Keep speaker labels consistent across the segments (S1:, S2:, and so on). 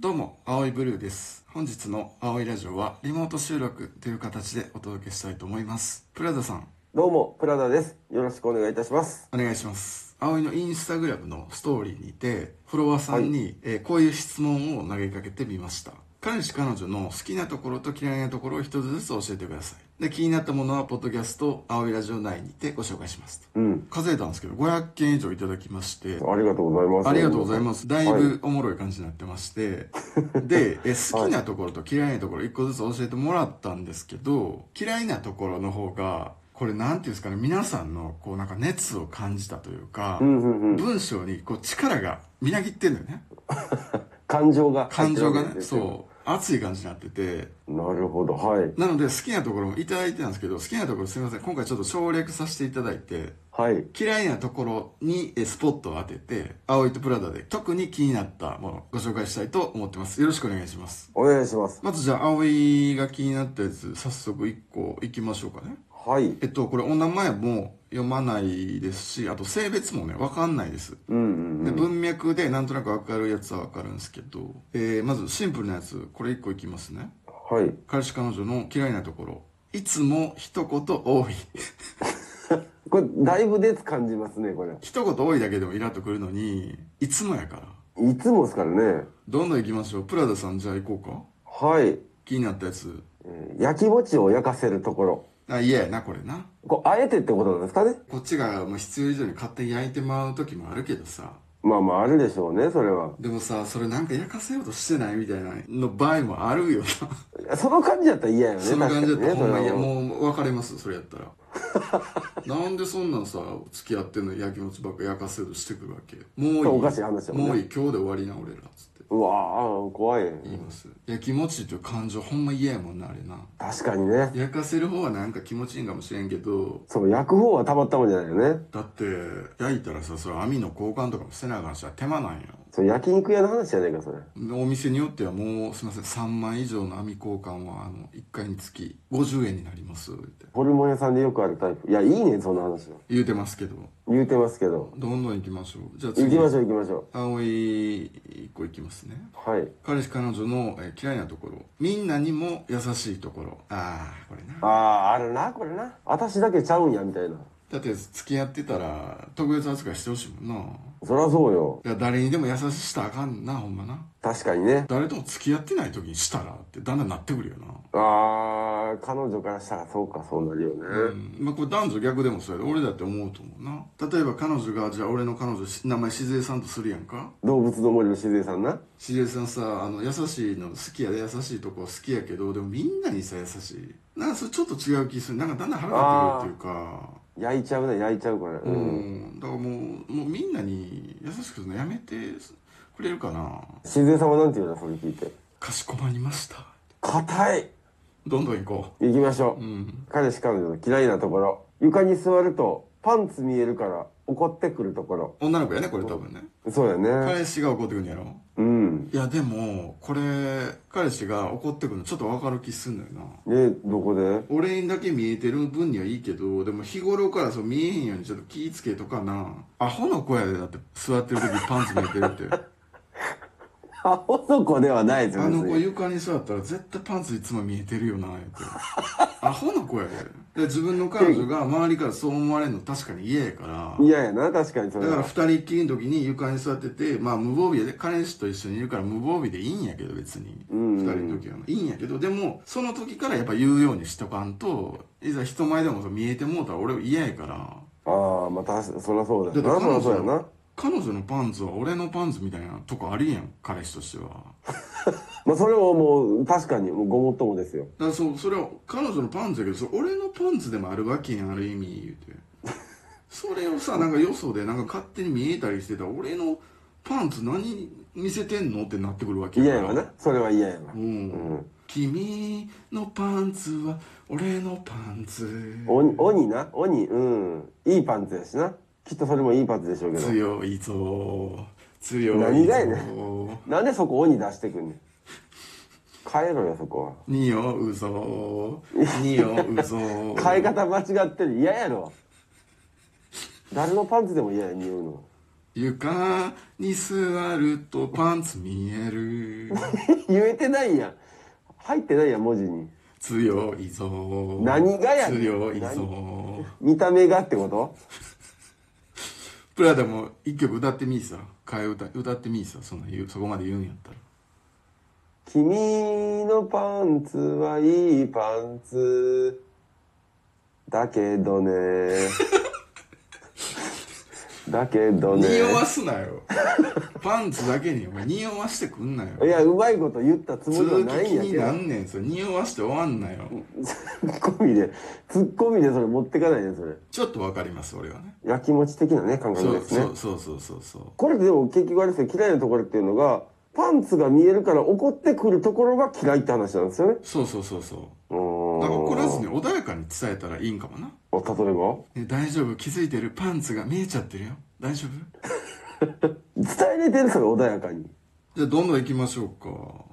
S1: どうも、青いブルーです。本日の青いラジオはリモート収録という形でお届けしたいと思います。プラダさん。
S2: どうも、プラダです。よろしくお願いいたします。
S1: お願いします。葵のインスタグラムのストーリーにて、フォロワーさんに、はい、えー、こういう質問を投げかけてみました。彼氏彼女の好きなところと嫌いなところを一つずつ教えてください。で、気になったものは、ポッドキャスト、青いラジオ内にてご紹介します
S2: うん。
S1: 数えたんですけど、500件以上いただきまして。
S2: ありがとうございます。
S1: ありがとうございます。だいぶおもろい感じになってまして。はい、 でえ、好きなところと嫌いなところ一個ずつ教えてもらったんですけど、嫌いなところの方が、これなんていうんですかね、皆さんのこうなんか熱を感じたというか、
S2: うんうんうん、
S1: 文章にこう力がみなぎってんだよね。
S2: 感情が。
S1: 感情がね、そう。熱い感じになってて。
S2: なるほど、はい。
S1: なので、好きなところもいただいてたんですけど、好きなところすみません。今回ちょっと省略させていただいて、
S2: はい。
S1: 嫌いなところにスポットを当てて、葵とプラダで特に気になったものご紹介したいと思ってます。よろしくお願いします。
S2: お願いします。
S1: まずじゃあ、葵が気になったやつ、早速1個いきましょうかね。
S2: はい。
S1: えっと、これお名前も読まないですし、あと性別もね、わかんないです。
S2: うんうんうん、
S1: で、文脈でなんとなくわかるやつはわかるんですけど、えー、まずシンプルなやつ、これ1個いきますね。
S2: はい。
S1: 彼氏彼女の嫌いなところ。いつも一言多い。
S2: これ、だいぶ熱感じますね、これ。。
S1: 一言多いだけでもイラっとくるのに、いつもやから
S2: いつもですからね。
S1: どんどん行きましょう。プラダさん、じゃあ行こ
S2: うか。はい。
S1: 気になったやつ。
S2: えー、焼き餅を焼かせるところ。
S1: あ、いやな、これな。
S2: こう、あえてってことなんですかね
S1: こっちが、まあ、必要以上に勝手に焼いてもらう時もあるけどさ。
S2: まあまあ、あるでしょうね、それは。
S1: でもさ、それなんか焼かせようとしてないみたいなの場合もあるよ
S2: な。その感じやったら嫌よ ね。
S1: その感じやったら、ほんま、いや、もう別れます、それやったら。 なんでそんなんさ、付き合ってんの焼き餅ばっか焼かせようとしてくるわけもういい。
S2: おかしい話
S1: よ、ね、もういい、今日で終わりな、俺ら、つって。
S2: うわ怖い。
S1: 言います。や、気持ちいいという感情、ほんま嫌やもんな、あれな。
S2: 確かにね。
S1: 焼かせる方はなんか気持ちいいんかもしれんけど。
S2: そう、焼く方はたまったもんじゃないよね。
S1: だって、焼いたらさ、それ網の交換とかもしてない話は手間なんよ。
S2: それ焼肉屋の話じゃないか、それ。
S1: お店によってはもう、すみません、3万以上の網交換は、あの、1回につき50円になります、って。
S2: ホルモン屋さんでよくあるタイプ。いや、いいね、そんな話は。
S1: 言うてますけど。
S2: 言うてますけど。
S1: どんどん行きましょう。じゃあ
S2: 次。行きましょう、行きましょう。
S1: 青い、1個行きます。ね。
S2: はい。
S1: 彼氏彼女の、え嫌いなところ。みんなにも優しいところ。ああ、これな。
S2: ああ、あるな、これな。私だけちゃうんや、みたいな。
S1: だって付き合ってたら特別扱いしてほしいもんな
S2: そりゃそうよ
S1: いや誰にでも優しくしたらあかんなほんまな
S2: 確かにね
S1: 誰とも付き合ってない時にしたらってだんだんなってくるよな
S2: あー彼女からしたらそうかそうなるよね
S1: うんまあこれ男女逆でもそうや俺だって思うと思うな例えば彼女がじゃあ俺の彼女名前しずえさんとするやんか
S2: 動物の森のしずえさんな
S1: しずえさんさあの優しいの好きやで優しいとこ好きやけどでもみんなにさ優しいなんかそれちょっと違う気するなんかだんだん腹立ってくるっていうか
S2: 焼いちゃうね焼いちゃうこれ、
S1: うん、うん、だからもうもうみんなに優しくするのやめてくれるかな
S2: 静江さんはなんて言うのそれ聞いて
S1: かしこまりました
S2: 硬い
S1: どんどん行こ
S2: う行きましょ
S1: う、うん、
S2: 彼氏彼女の嫌いなところ床に座るとパンツ見えるから怒ってくるところ
S1: 女の子やねこれ多分ね
S2: そうやね
S1: 彼氏が怒ってくるんやろ
S2: うん
S1: いやでもこれ彼氏が怒ってくるのちょっと分かる気すんのよ
S2: なねど こで
S1: 俺にだけ見えてる分にはいいけどでも日頃からそう見えへんようにちょっと気ぃつけとかなアホの子やでだって座ってる時パンツ見えてるって
S2: アホの子ではないです
S1: よあの子床に座ったら絶対パンツいつも見えてるよなってアホの子やでで自分の彼女が周りからそう思われるの確かに嫌やから
S2: 嫌やな確かにそ
S1: れだから二人っきりの時に床に座っててまあ無防備で彼氏と一緒にいるから無防備でいいんやけど別に
S2: 二、うんうん、
S1: 人の時はいいんやけどでもその時からやっぱ言うようにしとかんといざ人前でも見えてもうたら俺嫌やから
S2: ああまたそりゃそうだよなそりゃそうやな
S1: 彼女のパンツは俺のパンツみたいなとこありえん彼氏としては
S2: まあそれはもう確かにごもっともですよ
S1: だからそうそれは彼女のパンツやけどそれ俺のパンツでもあるわけやんある意味言 うてそれをさなんかよそでなんか勝手に見えたりしてた俺のパンツ何見せてんのってなってくるわけ
S2: やから嫌やわなそれは嫌やわ
S1: うん、うん君のパンツは俺のパンツ
S2: 鬼鬼な鬼うんいいパンツやしなきっとそれもいいパーツでしょうけど
S1: 強いぞ強いぞ
S2: 何がやねんなんでそこ鬼出してくんねん帰ろよそこは
S1: 匂う ぞ匂うぞ
S2: 変え方間違ってる嫌やろ誰のパンツでも嫌や匂うの
S1: 床に座るとパンツ見える。
S2: 言えてないやん。入ってないやん、文字に。
S1: 強いぞ。
S2: 何がやねん
S1: 強いぞ。
S2: 見た目がってこと
S1: プラダも一曲歌ってみいさ。替え歌、歌ってみいさ。そんな言う、そこまで言うんやったら。
S2: 君のパンツはいいパンツ。だけど ね。だけどね。
S1: 匂わすなよ。 パンツだけに、お前匂わしてくんなよ。
S2: いや、うまいこと言ったつもりは
S1: 続
S2: ない
S1: き気
S2: んや
S1: に
S2: け
S1: な
S2: ど。
S1: んねん、それ。匂わして終わんなよ。
S2: ツッコミで、ツッコミでそれ持ってかないね、それ。
S1: ちょっとわかります、俺はね。
S2: やきもち的なね、感覚
S1: そう
S2: ですね。
S1: そうそうそうそうそう。
S2: これってでも結局あれですよ、嫌いなところっていうのが、パンツが見えるから怒ってくるところが嫌いって話なんですよね。
S1: そうそうそうそうう。
S2: ーん。
S1: なんか怒らずに穏やかに伝えたらいいんかもな。
S2: あ例えば
S1: ね大丈夫、気づいてる。パンツが見えちゃってるよ。大丈夫
S2: 伝えれてるそれ穏やかに。
S1: じゃあどんどん行きましょうか。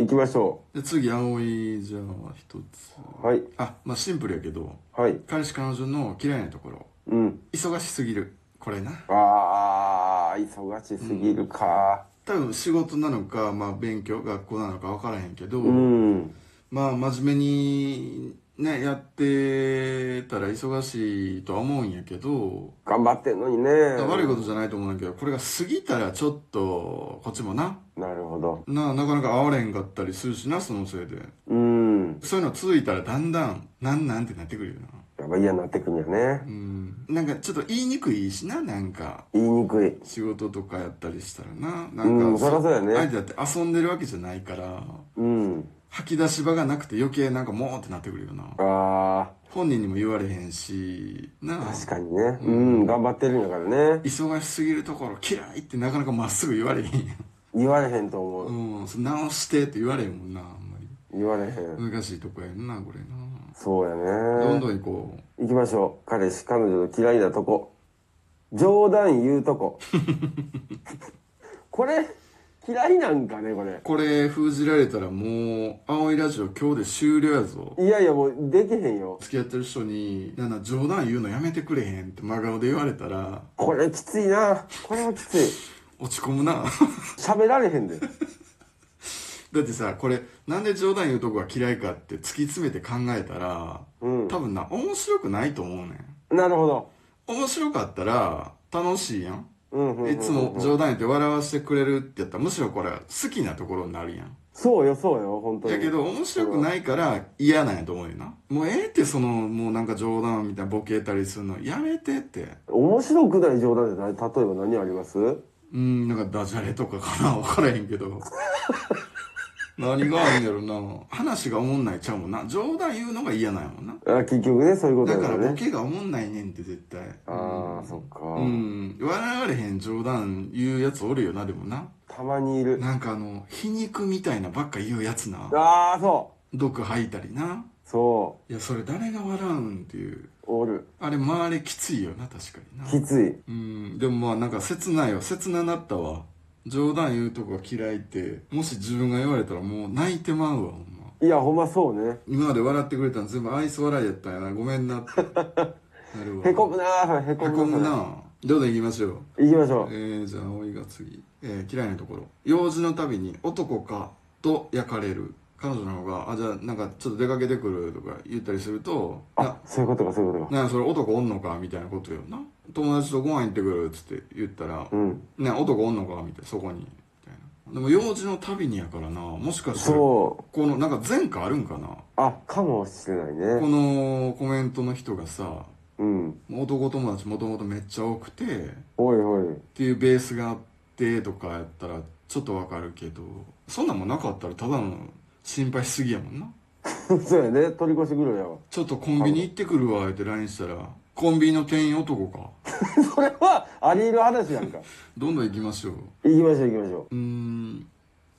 S2: 行きましょ
S1: で次葵じゃあ一つ
S2: う。はい。
S1: あまあシンプルやけど
S2: はい。
S1: 彼氏彼女の嫌いなところ
S2: うん。
S1: 忙しすぎるこれな
S2: あー、忙しすぎるか。
S1: 多分仕事なのか、まあ、勉強学校なのか分からへんけど、
S2: うん。
S1: まあ真面目にねやってたら忙しいとは思うんやけど
S2: 頑張ってんのにね。
S1: 悪いことじゃないと思うんだけどこれが過ぎたらちょっとこっちもな
S2: なるほど。
S1: ななかなか会われへんかったりするしなそのせいで
S2: うん。
S1: そういうの続いたらだんだんなんなんってなってくるよな
S2: やっぱ嫌になってくるんや
S1: う
S2: ね。
S1: んなんかちょっと言いにくいしななんか
S2: 言いにくい。
S1: 仕事とかやったりしたらなな
S2: うんん、
S1: か
S2: そりゃそうや
S1: 相
S2: ね。
S1: 手だって遊んでるわけじゃないから
S2: うん。
S1: 吐き出し場がなくて余計なんかもうってなってくるよな
S2: あ
S1: 本人にも言われへんしな
S2: ー、
S1: あ
S2: 確かにね。うん、頑張ってるんやからね。
S1: 忙しすぎるところ嫌いってなかなかまっすぐ言われへんや
S2: 言われへんと思う。
S1: ん、うん、それ直してって言われへんもんなあんまり
S2: 言われへん。
S1: 難しいとこやんなこれな
S2: そうやね。
S1: どんどん行こう
S2: 行きましょう。彼氏、彼女の嫌いなとこ。冗談言う とこ。これ、嫌いなんかね、これ。
S1: これ封じられたらもう青いラジオ今日で終了やぞ
S2: いやいや、もうできへんよ。
S1: 付き合ってる人に「なんだ冗談言うのやめてくれへん」って真顔で言われたら
S2: これきついな。これもきつい。
S1: 落ち込むな
S2: 喋られへんで。
S1: だってさこれなんで冗談言うとこが嫌いかって突き詰めて考えたら
S2: うん。
S1: 多分な面白くないと思うねん
S2: なるほど。
S1: 面白かったら楽しいやん
S2: うんうんうん、うん。
S1: いつも冗談言って笑わせてくれるってやったらむしろこれは好きなところになるやん
S2: そうよ、そうよ、本当に。
S1: やけど面白くないから嫌なんやと思うよなもうええってそのもうなんか冗談みたいなボケたりするのやめてって
S2: 面白くない冗談で、例えば何あります
S1: うん、なんかダジャレとかかな わからへんけど。何があるんやろな。話がおもんないちゃうもんな。冗談言うのが嫌なんやもんな。
S2: あ結局ね、そういうこと
S1: だ
S2: だ
S1: か
S2: よ
S1: らボ
S2: ね。
S1: ケがおもんないねんって絶対。
S2: ああ、そっか、
S1: うん。笑われへん冗談言うやつおるよな、でもな。
S2: たまにいる。
S1: なんかあの、皮肉みたいなばっか言うやつな。
S2: ああ、そ
S1: 毒吐いたりな。
S2: う。そ
S1: いや、それ誰が笑うんっていう。
S2: う。おる。
S1: あれ、周りきついよな、確かにな。
S2: きつい。
S1: うん、でもまあなんか切ないわ切ななったわ冗談言うとこが嫌いってもし自分が言われたらもう泣いてまうわほんま
S2: いや、ほんまそうね。
S1: 今まで笑ってくれたの全部愛想笑いやったんやなごめんなってなるわ
S2: へこむなー、へこ
S1: へ
S2: む
S1: こむ。などうぞ行きましょう
S2: 行きましょ
S1: えー、じゃあ葵が次、えー嫌いなところ用事のたびに「男か」と焼かれる彼女の方が「あじゃあなんかちょっと出かけてくる」とか言ったりすると「
S2: う。
S1: な
S2: あ、そういうことか、そういうことか。
S1: なんやそれ男おんのか」みたいなことよな友達とご飯行ってくるっつって言ったら「
S2: うん。
S1: ね男おんのかみたいなそこにみたいなでも用事の旅にやからなもしかしたらこ
S2: そう。
S1: のなんか前科あるんかな
S2: あ、かもしれない
S1: こ
S2: ね。
S1: のコメントの人がさ
S2: うん。
S1: 男友達もともとめっちゃ多くてっ
S2: おいおい。
S1: ていうベースがあってとかやったらちょっとわかるけどそんなんもなかったらただの心配しすぎやもんな
S2: そうやね。取り越し黒やわ。
S1: ちょっとコンビニ行ってくるわって LINE したらコンビニの店員男か
S2: それは、あり得る話やんか。
S1: どんどん行きましょう
S2: 行きましょう、行きましょ
S1: うーん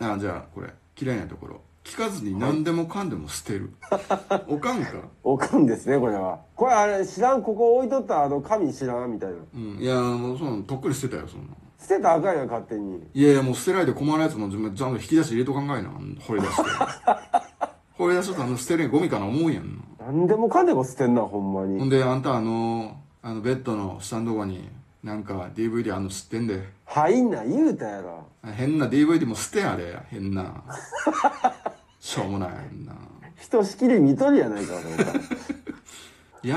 S1: あじゃあこれ嫌いなところ聞かずに何でもかんでも捨てる、おかんか
S2: う。おかんですね、これは。これあれ、知らん、ここ置いとった、あの、紙知らん、みたいな。
S1: うんいやもうそのとっくに捨てたよそんな
S2: 捨てたらあかんやん、勝手に。
S1: いやいやもう捨てないで困るやつも自分ちゃんと引き出し入れとかんかいな掘り出して掘り出しとったらあの捨てるんゴミかな思うやんな
S2: なんでもかんでも捨てんな、ほんま
S1: ほ
S2: に。
S1: んであんたあのあのベッドの下のとこになんか DVD あんの知ってんで
S2: 入んな言うたやろ。
S1: 変な DVD も捨てあれ変なしょうもない変な
S2: ひとしきり見とるやないか、 俺が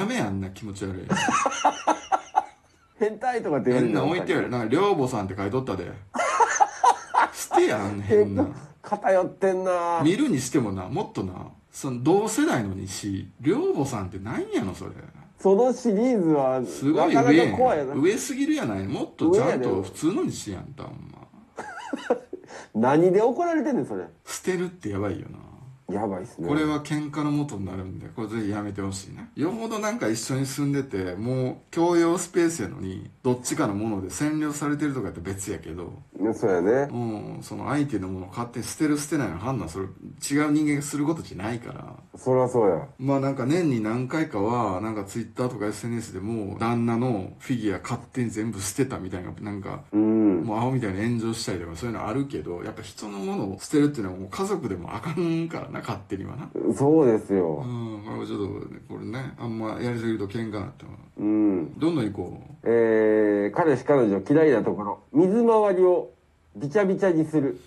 S1: やめやんな気持ち悪い
S2: 変態とかって言わ
S1: 変
S2: れる
S1: な置いてあるなんか寮母さんって書いとったで 捨てやん変な
S2: 偏ってんな
S1: 見るにしてもなもっとなその同世代のにし寮母さんって何やのそれ
S2: そのシリーズは、
S1: すごい
S2: なか
S1: 上
S2: な
S1: や
S2: か
S1: ん
S2: 怖いやな。
S1: 上すぎるやないもっとちゃん
S2: 上や
S1: と
S2: で
S1: 普通のにしやんたほんま
S2: 何で怒られてんねん、それ。
S1: 捨てるってやばいよな
S2: やばいっすね。
S1: これは喧嘩の元になるんでこれぜひやめてほしいねよほどなんか一緒に住んでてもう共用スペースやのにどっちかのもので占領されてるとかやって別やけど
S2: ねそうやね。
S1: もうその相手のものを勝手に捨てる捨てないの判断する違う人間がすることじゃないから
S2: そらそうや。
S1: まあなんか年に何回かはなんかツイッターとか SNS でも旦那のフィギュア勝手に全部捨てたみたいななんか
S2: うん。
S1: もうアホみたいに炎上したりとかそういうのあるけどやっぱ人のものを捨てるっていうのはもう家族でもあかんからな勝手にはな
S2: そうです
S1: う
S2: よ。
S1: ん、これちょっとね、これね、あんまやりすぎると喧嘩になっても
S2: うん。
S1: どんどん行こう。
S2: えー、彼氏彼女嫌いなところ。水回りをびちゃびちゃにする。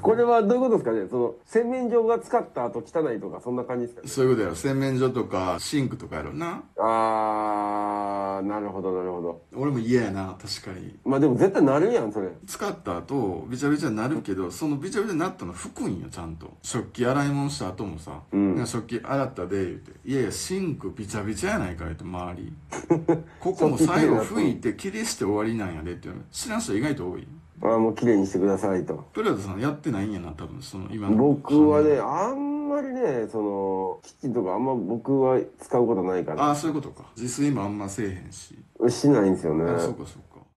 S2: これはどういうことですかねその、洗面所が使った後汚いとか、そんな感じですかね
S1: そういうことやろ、洗面所とかシンクとかやろな。
S2: あー、なるほど、なるほど。
S1: 俺も嫌やな、確かに。
S2: まあでも絶対なるやん、それ。
S1: 使った後、びちゃびちゃになるけど、そのびちゃびちゃになったの拭くんよ、ちゃんと。食器洗い物した後もさ、
S2: うん
S1: なんか食器洗ったで、言うて。いやいや、シンクびちゃびちゃやないか、言うて、周 り。ここも最後拭いて、切りして終わりなんやで、っていうの。知らん人意外と多い。
S2: あーもう綺麗にしてくださいと。
S1: プラダさんやってないんやな、多分、その今の。
S2: 僕はね、あんまりね、その、キッチンとかあんま僕は使うことないか
S1: ああ、そういうことか。自炊もあんませえへんし。
S2: ら、しないんですよね。
S1: あそうかそうか